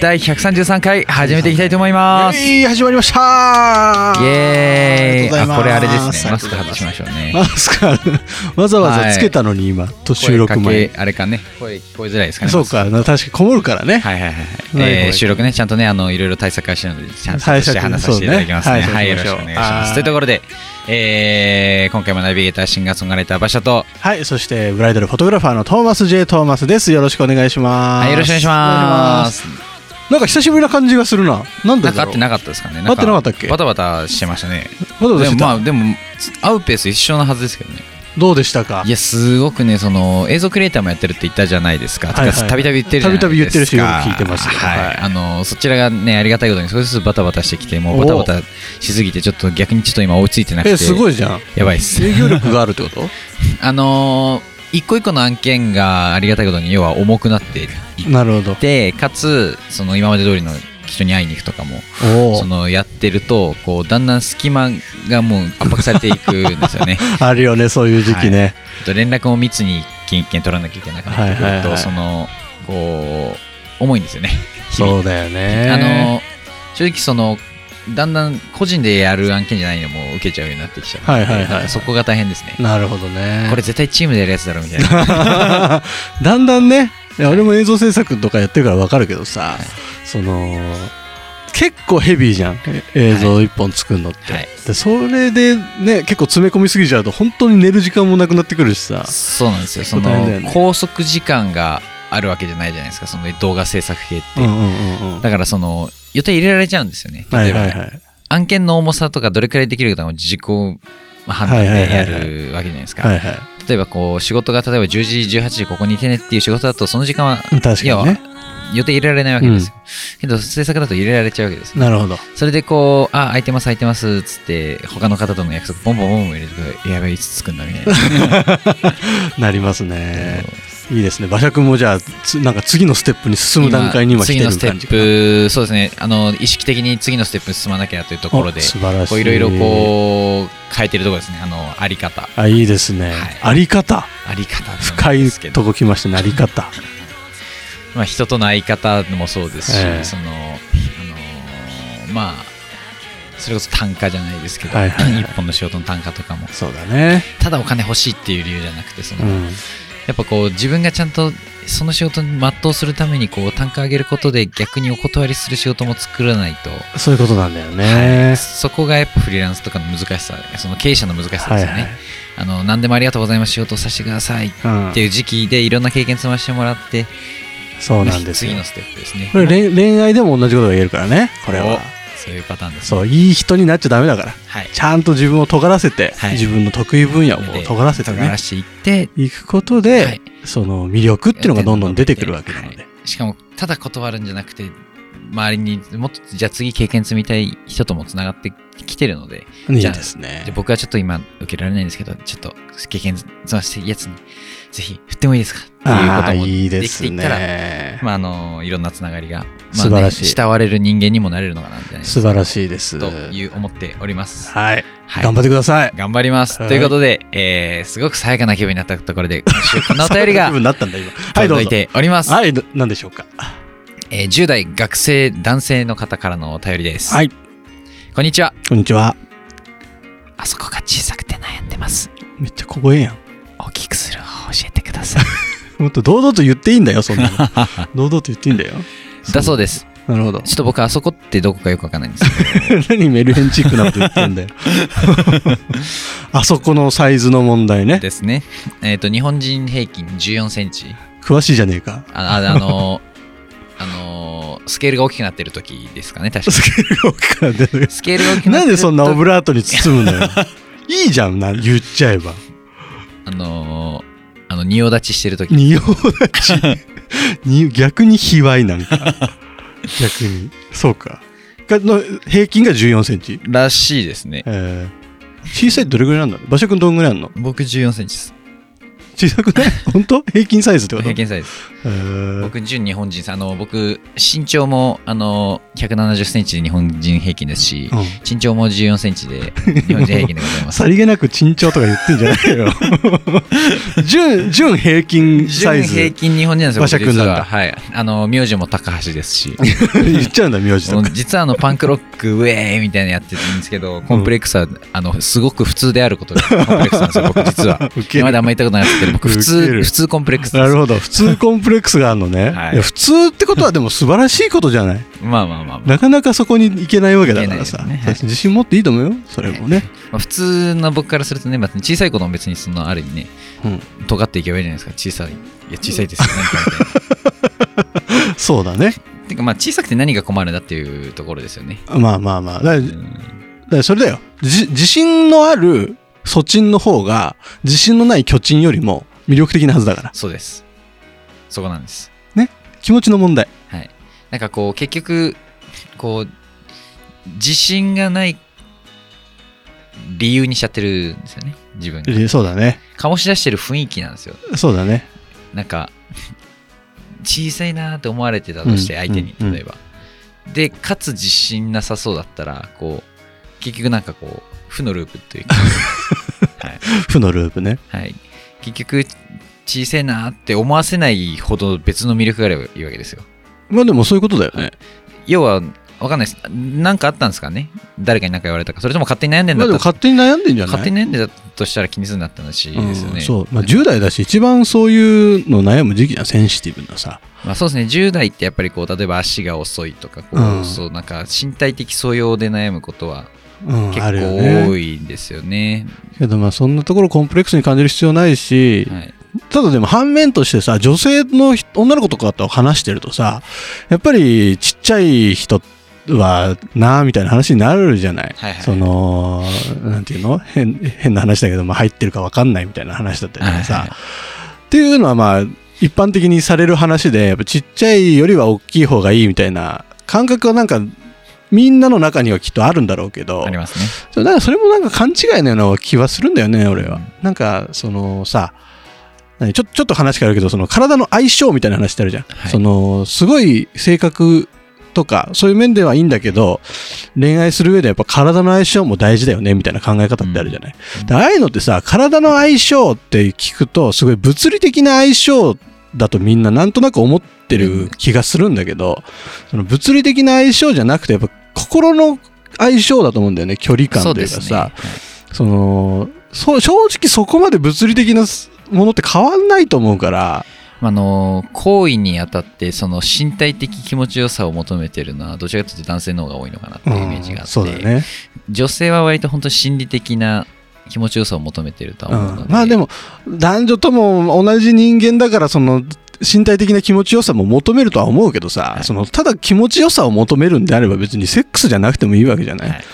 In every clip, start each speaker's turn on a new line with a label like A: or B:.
A: 第133回始めていきたいと思いますイ
B: い始まりました。
A: エーイ
B: ありがとうございます
A: これあれですねマスク外しましょうね
B: マスクあるわざわざつけたのに今、と収録
A: 声
B: 前
A: かけあれかね声聞こえづらいですかね
B: そうかな確かにこもるからね。
A: はい はいはい、
B: はいはい
A: え
B: は
A: ー
B: い
A: 収録ねちゃんとねあのいろいろ対策はしてるのでちゃんと
B: 対策
A: して話させていただきますね
B: そうね
A: は、
B: はいい
A: よろしくお願いしま
B: は
A: す
B: い
A: というところで、えー今回もナビゲーターシンガーソングライター馬車と、
B: はいそしてブライダルフォトグラファーのトーマス J トーマスです。よろしくお願いします。
A: はい、よろしくお願いします
B: す。なんか久しぶりな感じがするな。なんで
A: な
B: だ
A: んか会っ
B: ろ
A: て
B: う。
A: なかったですかねん
B: 会ってなかったっけ
A: バタバタしてましたね
B: バタバタ
A: で
B: して
A: も
B: た
A: まあでも会うペース一緒のはずですけどね
B: どうでしたか
A: い。やすごくねその映像クリエイターもやってるって言ったじゃないですか
B: はいはい
A: たびたび言ってるじゃないですか
B: たびたび言ってるしよく聞いてますよ
A: はい、
B: はい
A: あのそちらがねありがたいことに少しずつバタバタしてきてもうバタバタしすぎてちょっと逆にちょっと今追いついてなくて
B: えすごいじゃん。
A: やばいっす
B: 影響力があるってこと
A: あのー一個一個の案件がありがたいことに要は重くなっていっ
B: なるほど。
A: てかつその今まで通りの人に会いに行くとかも
B: お
A: そ
B: お。
A: のやってるとこうだんだん隙間がもう圧迫されていくんですよね
B: あるよねそういう時期ね。
A: あと連絡も密に一件一件取らなきゃいけなくなってくると、
B: はいはいはい
A: そのこう重い んですよね日々
B: そうだよ
A: あ
B: ね。
A: の正直そのだんだん個人でやる案件じゃないのも受けちゃうようになってきちゃうので、
B: はいはいはい
A: そこが大変ですね
B: なるほどね。
A: これ絶対チームでやるやつだろみたい な
B: だんだんねいや俺も映像制作とかやってるから分かるけどさ、その結構ヘビーじゃん映像1本作るのって、
A: はい
B: でそれでね結構詰め込みすぎちゃうと本当に寝る時間もなくなってくるしさ
A: そうなんですよその
B: 大変だよね
A: 拘束時間があるわけじゃないじゃないですかその動画制作系って、
B: うんうんうんうん
A: だからその予定入れられちゃうんですよね
B: は
A: 例え
B: い
A: ば、
B: はいはい
A: 案件の重さとかどれくらいできるかも自己判断でやるわけじゃないですか、
B: はいはい
A: 例えばこう仕事が例えば10時18時ここにいてねっていう仕事だとその時間は
B: 確かにね
A: 予定入れられないわけですよ、けど制作だと入れられちゃうわけですよ
B: なるほど
A: それでこうあ空いてます空いてますっつって他の方との約束ボンボンボンボン入れてくるやべえいつ作んだみたい な
B: なりますねいいですね馬車君もじゃあつなんか次のステップに進む段階に今来て
A: 次
B: る
A: のステ
B: 感じ
A: ップそうですねあの意識的に次のステップに進まなきゃというところで
B: お素晴らしい
A: こういろいろこう変えてるところですねあのあり方
B: あいいですね、
A: はい
B: あり方
A: あり方
B: 深
A: で
B: い
A: すけど
B: とこ来ましたねあり方
A: まあ、人との相方もそうですし、
B: ええ
A: そのあのまあそれこそ単価じゃないですけど、
B: はいはいはい
A: 一本の仕事の単価とかも
B: そうだね
A: ただお金欲しいっていう理由じゃなくてその、
B: う
A: や
B: ん
A: っぱこう自分がちゃんとその仕事に全うするためにこう単価上げることで逆にお断りする仕事も作らないと、
B: そういうことなんだよね。
A: そこがやっぱフリーランスとかの難しさその経営者の難しさですよね、
B: はいはい
A: あの何でもありがとうございます仕事をさせてくださいっ
B: うん
A: ていう時期でいろんな経験積ましてもらって、
B: そうなんです
A: 次
B: よ
A: の。ステップですね
B: これ恋恋愛でも同じことが言えるからね。これ
A: お
B: は。
A: そういうパターンですね
B: そう、いい人になっちゃダメだから。
A: はい
B: ちゃんと自分を尖らせて、
A: はい
B: 自分の得意分野をこう尖らせて
A: 尖
B: ね
A: ら。していって
B: いくことで、
A: はい
B: その魅力っていうのがどんどん出てくるわけなので。
A: はいしかもただ断るんじゃなくて周りにもっとじゃあ次経験積みたい人ともつながってきてるので
B: いい
A: じゃ
B: で
A: あ
B: すね
A: で。僕はちょっと今受けられないんですけどちょっと経験積ませてやつにぜひ振ってもいいですかっていうこ
B: ああ
A: とも
B: ー、いいで
A: でき
B: す
A: ていったら
B: ね。
A: まあ、あのいろんなつながりが、まあ
B: 素晴らしい
A: 慕われる人間にもなれるのかなみたいな
B: 素晴らしいです。
A: と
B: はい。
A: いう思っております、はい
B: 頑張ってください。
A: 頑張ります、
B: はい
A: ということで、えー、すごく爽やかな気分になったところで今週こんなお便 り
B: そんな
A: が
B: 気分になったんだ、今。はい、どう
A: 届い
B: ぞ。
A: ております、
B: はい、ど何でしょうか。
A: えー10代学生男性の方からのお便りです。
B: はい、
A: こんにちは。
B: こんにちは。
A: あそこが小さくて悩んでます。
B: めっちゃ小声やん。
A: 大きくする方法教えてください。
B: もっと堂々と言っていいんだよ、そんな の。堂々と言っていいんだよ。
A: だそうです。
B: なるほど。
A: ちょっと僕あそこってどこかよくわかんないんですけど。
B: 何メルヘンチックなこと言って んだよ。あそこのサイズの問題ね。
A: です ね。えっ、と、日本人平均14センチ。
B: 詳しいじゃねえか。
A: あ、ああのーあのースケールが大きくなってる時ですか ね、確か
B: ス
A: に。
B: ケールが大きくなって る
A: スケールが大きくなっ
B: な
A: て
B: ん
A: る
B: で
A: と
B: そんなオブラートに包むの よ。いいじゃんな、言っちゃえば。
A: あのーあの、仁王立ちしてる時
B: 仁王立ち。 に逆に卑猥なんか。逆に。そうか。がの平均が14センチ。
A: らしいですね。
B: え小さいどれぐらいなんだろう馬車くんどんぐらいあんの
A: 僕1 4センチです
B: 小さ くない本当平均サイズってこと
A: 平均サイズ
B: へー
A: 僕純日本人ですあの僕身長もあの1 7 0センチで日本人平均ですし
B: うん
A: 身長も1 4センチで日本人平均でございます
B: さりげなく珍重とか言ってんじゃないよ 純純平均 サイ
A: 純平
B: ズ
A: 均日本人なんですよ
B: 馬車くんなんだ
A: 僕実ははいあの名字も高橋ですし
B: 言っちゃうんだ名字
A: あの
B: とか
A: 実はあのパンクロックウェーイみたいなのやってるんですけど、コンプレックスはあのすごく普通であることがコ ンプレックスなんですよ僕実は
B: ウケる
A: 今まであんまり言ったことないですけど僕普
B: ウケる
A: 通普通コンプレックスです
B: なるほど普通コンプレックスがあるのね、
A: はい
B: いや普通ってことはでも素晴らしいことじゃない
A: まあまあまあ、ま
B: なかなかそこに行けないわけだから
A: いけな
B: さ、
A: いですねは
B: そ
A: い
B: うです自信持っていいと思うよそれもね、
A: あ、普通の僕からするとね、まあ、小さい子供も別にそのある意味ね
B: うん、
A: 尖っていけばいいじゃないですか小さいいや小さいですよねみたい
B: そうだね
A: なてかまあ小さくて何が困るんだっていうところですよね、
B: まあまあまあだ
A: う
B: だか
A: ん
B: らそれだよじ自信のある粗鎮の方が自信のない巨鎮よりも魅力的なはずだから
A: そうですそこなんです
B: 気持ちの問題
A: はい、なんかこう結局こう自信がない理由にしちゃってるんですよね自分が
B: えそうだね
A: 醸し出してる雰囲気なんですよ
B: そうだね
A: なんか小さいなーって思われてたとして
B: うん
A: 相手に
B: うんうん
A: 例えば、でかつ自信なさそうだったらこう結局なんかこう負のループというか、
B: 負のループね
A: はい、結局小さいなーって思わせないほど別の魅力があればいいわけですよ
B: まあでもそういうことだよね
A: 要はわかんないですなんかあったんですかね誰かに何か言われたかそれとも勝手に悩んでん
B: ま
A: だ
B: あでも
A: ったら勝
B: 勝手に悩んでんじゃない
A: 手に悩んでたとしたら気にするなって話ですよね、
B: うんそう、まあ、10代だし一番そういうの悩む時期じゃんセンシティブなさ
A: まあ、そうですね10代ってやっぱりこう例えば足が遅いとかこう、
B: うん
A: そうなんか身体的素養で悩むことは
B: うん
A: 結
B: あるよ
A: 構多
B: ね
A: いんですよね
B: けどまあそんなところコンプレックスに感じる必要ないし、
A: はい、
B: ただでも反面としてさ女性の人女の子とかと話してるとさやっぱりちっちゃい人はなあみたいな話になるじゃない、
A: はいはい
B: そのなんていうの変変な話だけど、まあ、入ってるかわかんないみたいな話だったりとかさ、
A: はいはい
B: っていうのはまあ一般的にされる話でやっぱちっちゃいよりは大きい方がいいみたいな感覚はなんかみんなの中にはきっとあるんだろうけど
A: ありますね
B: そうだからそれもなんか勘違いのような気はするんだよね俺は、
A: うん
B: なんかそのさ何ちょちょっと話変わるけどその体の相性みたいな話ってあるじゃん、
A: はい
B: そのすごい性格とかそういう面ではいいんだけど恋愛する上でやっぱ体の相性も大事だよねみたいな考え方ってあるじゃない、
A: うん
B: でああいうのってさ体の相性って聞くとすごい物理的な相性だとみんななんとなく思ってる気がするんだけど、その物理的な相性じゃなくてやっぱ心の相性だと思うんだよね距離感
A: そう
B: とい
A: で
B: うか
A: す
B: さ
A: ねはい
B: そのそう正直そこまで物理的なものって変わんないと思うから
A: まああの行為にあたってその身体的気持ちよさを求めてるのはどちらかというと男性の方が多いのかなっていうイメージがあって、
B: そうだね、
A: 女性は割と本当心理的な気持ちよさを求めてると
B: う
A: は思うので、
B: ん、まあでも男女とも同じ人間だからその身体的な気持ちよさも求めるとは思うけどさ、
A: はい
B: そのただ気持ちよさを求めるんであれば別にセックスじゃなくてもいいわけじゃない、
A: はい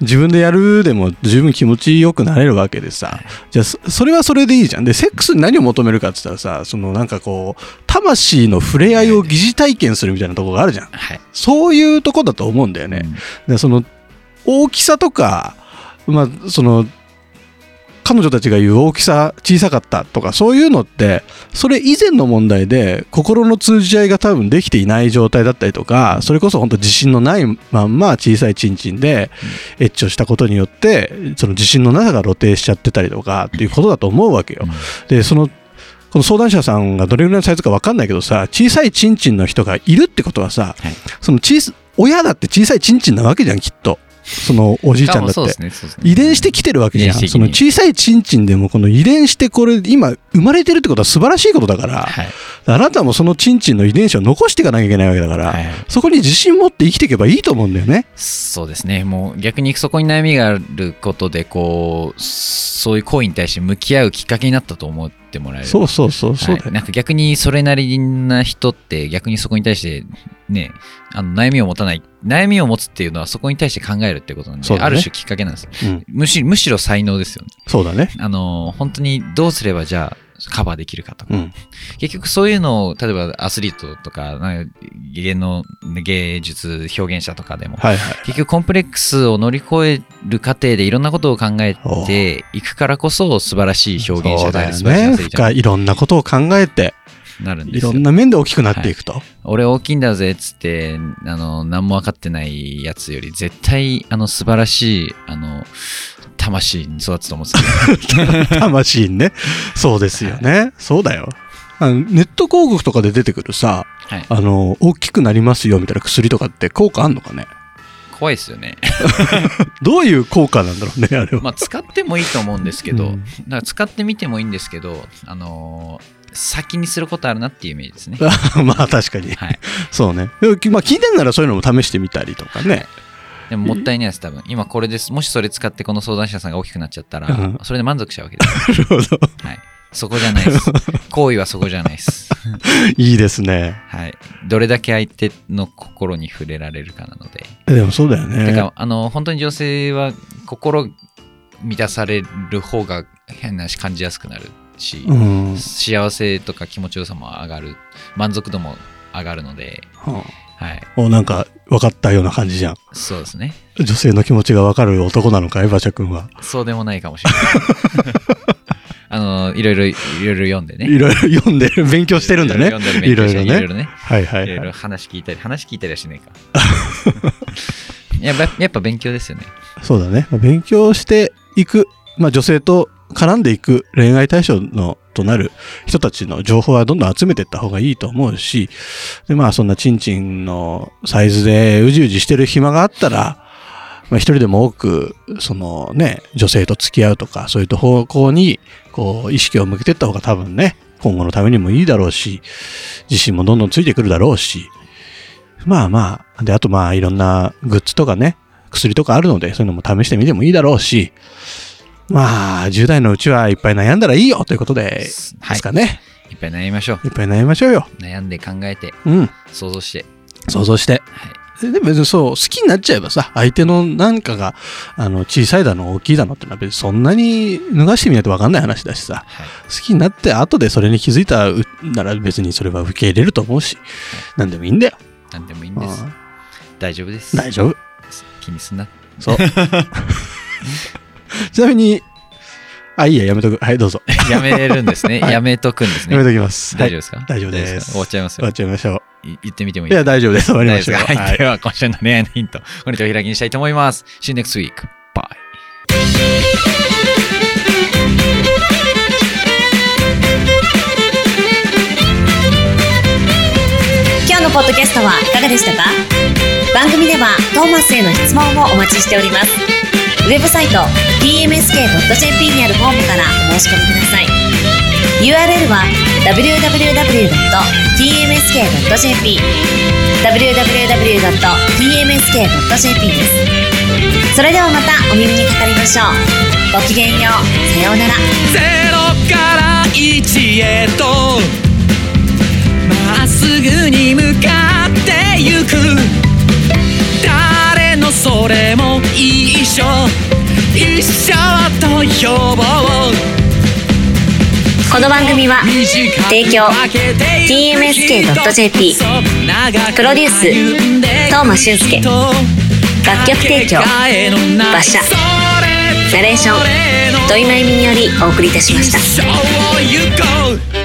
B: 自分でやるでも十分気持ちよくなれるわけでさ、じゃあそそれはそれでいいじゃんでセックスに何を求めるかって言ったらさそのなんかこう魂の触れ合いを疑似体験するみたいなとこがあるじゃん
A: はい
B: そういうとこだと思うんだよね、
A: うん
B: でその大きさとか、まあ、その彼女たちが言う大きさ小さかったとかそういうのってそれ以前の問題で心の通じ合いが多分できていない状態だったりとかそれこそ本当自信のないまんま小さいチンチンでエッチをしたことによってその自信のなさが露呈しちゃってたりとかっていうことだと思うわけよ。でそのこの相談者さんがどれぐらいのサイズか分かんないけどさ小さいチンチンの人がいるってことはさ、
A: はい
B: その小さ親だって小さいチンチンなわけじゃんきっとそのおじいちゃんだ
A: しかも
B: って、
A: そうですねそうですね
B: 遺伝してきてるわけじゃん
A: 遺伝子的
B: その
A: に
B: 小さいチンチンでもこの遺伝してこれ今生まれてるってことは素晴らしいことだから、
A: はい
B: あなたもそのチンチンの遺伝子を残していかなきゃいけないわけだから、
A: はい
B: そこに自信持って生きていけばいいと思うんだよね。
A: そうですねもう逆にそこに悩みがあることでこうそういう行為に対して向き合うきっかけになったと思ってもらえる
B: そうそうそうそうだよ
A: はい、なんか逆にそれなりな人って逆にそこに対してねあの悩みを持たない悩みを持つっていうのはそこに対して考えるってことなんで、
B: そうだね
A: ある種きっかけなんです
B: うん
A: むしむしろ才能ですよね
B: そうだね。
A: あの本当にどうすればじゃあカバーできるかとか、
B: うん
A: 結局そういうのを例えばアスリートとかなんか芸能芸術表現者とかでも、
B: はいはい
A: 結局コンプレックスを乗り越える過程でいろんなことを考えていくからこそ素晴らしい表現
B: そ
A: 者
B: う
A: であ
B: だ
A: り
B: よ
A: 素晴らしい
B: ね
A: アスリート
B: 深いいろんなことを考えて
A: になるんで
B: い
A: すよ
B: ろんな面で大きくなっていくと、
A: 俺大きいんだぜっつってあの何も分かってないやつより絶対あの素晴らしいあの魂に育つと 思うんですよ
B: 魂にねそうですよね、そうだよあのネット広告とかで出てくるさ
A: はい、
B: あの大きくなりますよみたいな薬とかって効果あんのかね
A: 怖いですよね、
B: どういう効果なんだろうねあれは、
A: まあ、使ってもいいと思うんですけど、
B: うん
A: だから使ってみてもいいんですけどあの先にすることあるなっていうイメージですね
B: まあ確かに、
A: はい
B: そうねでもきまあ聞いてんならそういうのも試してみたりとかね、
A: でももったいないです多分今これですもしそれ使ってこの相談者さんが大きくなっちゃったら、
B: うん
A: それで満足しちゃうわけです、
B: なるほど
A: はい、そこじゃな いです行為はそこじゃないです
B: いいですね
A: はい、どれだけ相手の心に触れられるかなので、
B: えでもそうだよ
A: だか
B: ね
A: らあの本当に女性は心満たされる方が変なし感じやすくなるし、
B: うん、
A: 幸せとか気持ちよさも上がる満足度も上がるので、
B: は
A: はい、
B: あおなんか分かったような感じじゃん
A: そうですね
B: 女性の気持ちが分かる男なのかエバシャ君は、
A: そうでもないかもし れないあのいろいろいろいろ読んでね
B: いろいろ読んでる勉強してるんだね
A: いろいろ読んだり勉強したり
B: いろいろね
A: いろいろね
B: はいはいい、
A: ろい
B: はい、
A: ろ話聞いたり話聞いたりはしないかやっぱやっぱ勉強ですよね
B: そうだねまあ勉強していく、まあ、女性と絡んでいく恋愛対象のとなる人たちの情報はどんどん集めていった方がいいと思うしでまあそんなちんちんのサイズでうじうじしてる暇があったら、まあ、一人でも多くそのね女性と付き合うとかそういった方向にこう意識を向けていった方が多分ね今後のためにもいいだろうし自信もどんどんついてくるだろうしまあまあであとまあいろんなグッズとかね薬とかあるので、そういうのも試してみてもいいだろうし、まあ、10代のうちはいっぱい悩んだらいいよということで、です
A: はい
B: かね。
A: いっぱい悩みましょう
B: いっぱい悩みましょうよ。
A: 悩んで考えて
B: うん。
A: 想像して、
B: 想像して。
A: はい、
B: で、で別にそう、好きになっちゃえばさ、相手のなんかが、あの、小さいだの、大きいだのってのは別にそんなに脱がしてみないとわかんない話だしさ、
A: はい、
B: 好きになって後でそれに気づいたうなら別にそれは受け入れると思うし、なんでもいいんだよ。
A: なんでもいいんです
B: うん
A: 大丈夫です
B: 大丈夫。
A: 気にすんな
B: そう。ちなみに、あ、いいや、やめとく。はい、どうぞ。
A: やめるんですね、
B: はい
A: やめとくんです
B: やめ
A: ね
B: ときます。
A: 大丈夫ですか、
B: 大丈夫です
A: 終わっちゃいます
B: 終わ
A: よ
B: っちゃいましょ。
A: い言ってみてもいうい
B: いや、大丈夫です。終わりま
A: 大
B: し
A: 丈
B: ょ
A: 夫
B: う。
A: ですか
B: は
A: はいい、では今週の恋愛のヒント本日を開きにしたいと思います See you next week bye
C: 「今日のポッドキャストはいかがでしたか番組ではトーマスへの質問もお待ちしておりますウェブサイト tmsk.jp にあるフォームからお申し込みください URL は www.tmsk.jp www.tmsk.jp ですそれではまたお耳にかかりましょうごきげんようさようなら
D: ゼロから一へとまっすぐに向かってゆく誰のそれも一緒一緒と呼ぼう
C: この番組は提供 TMSK.jp プロデュース東間俊介楽曲提供馬車ナレーション土井真由美によりお送りいたしました
D: 一生を行こう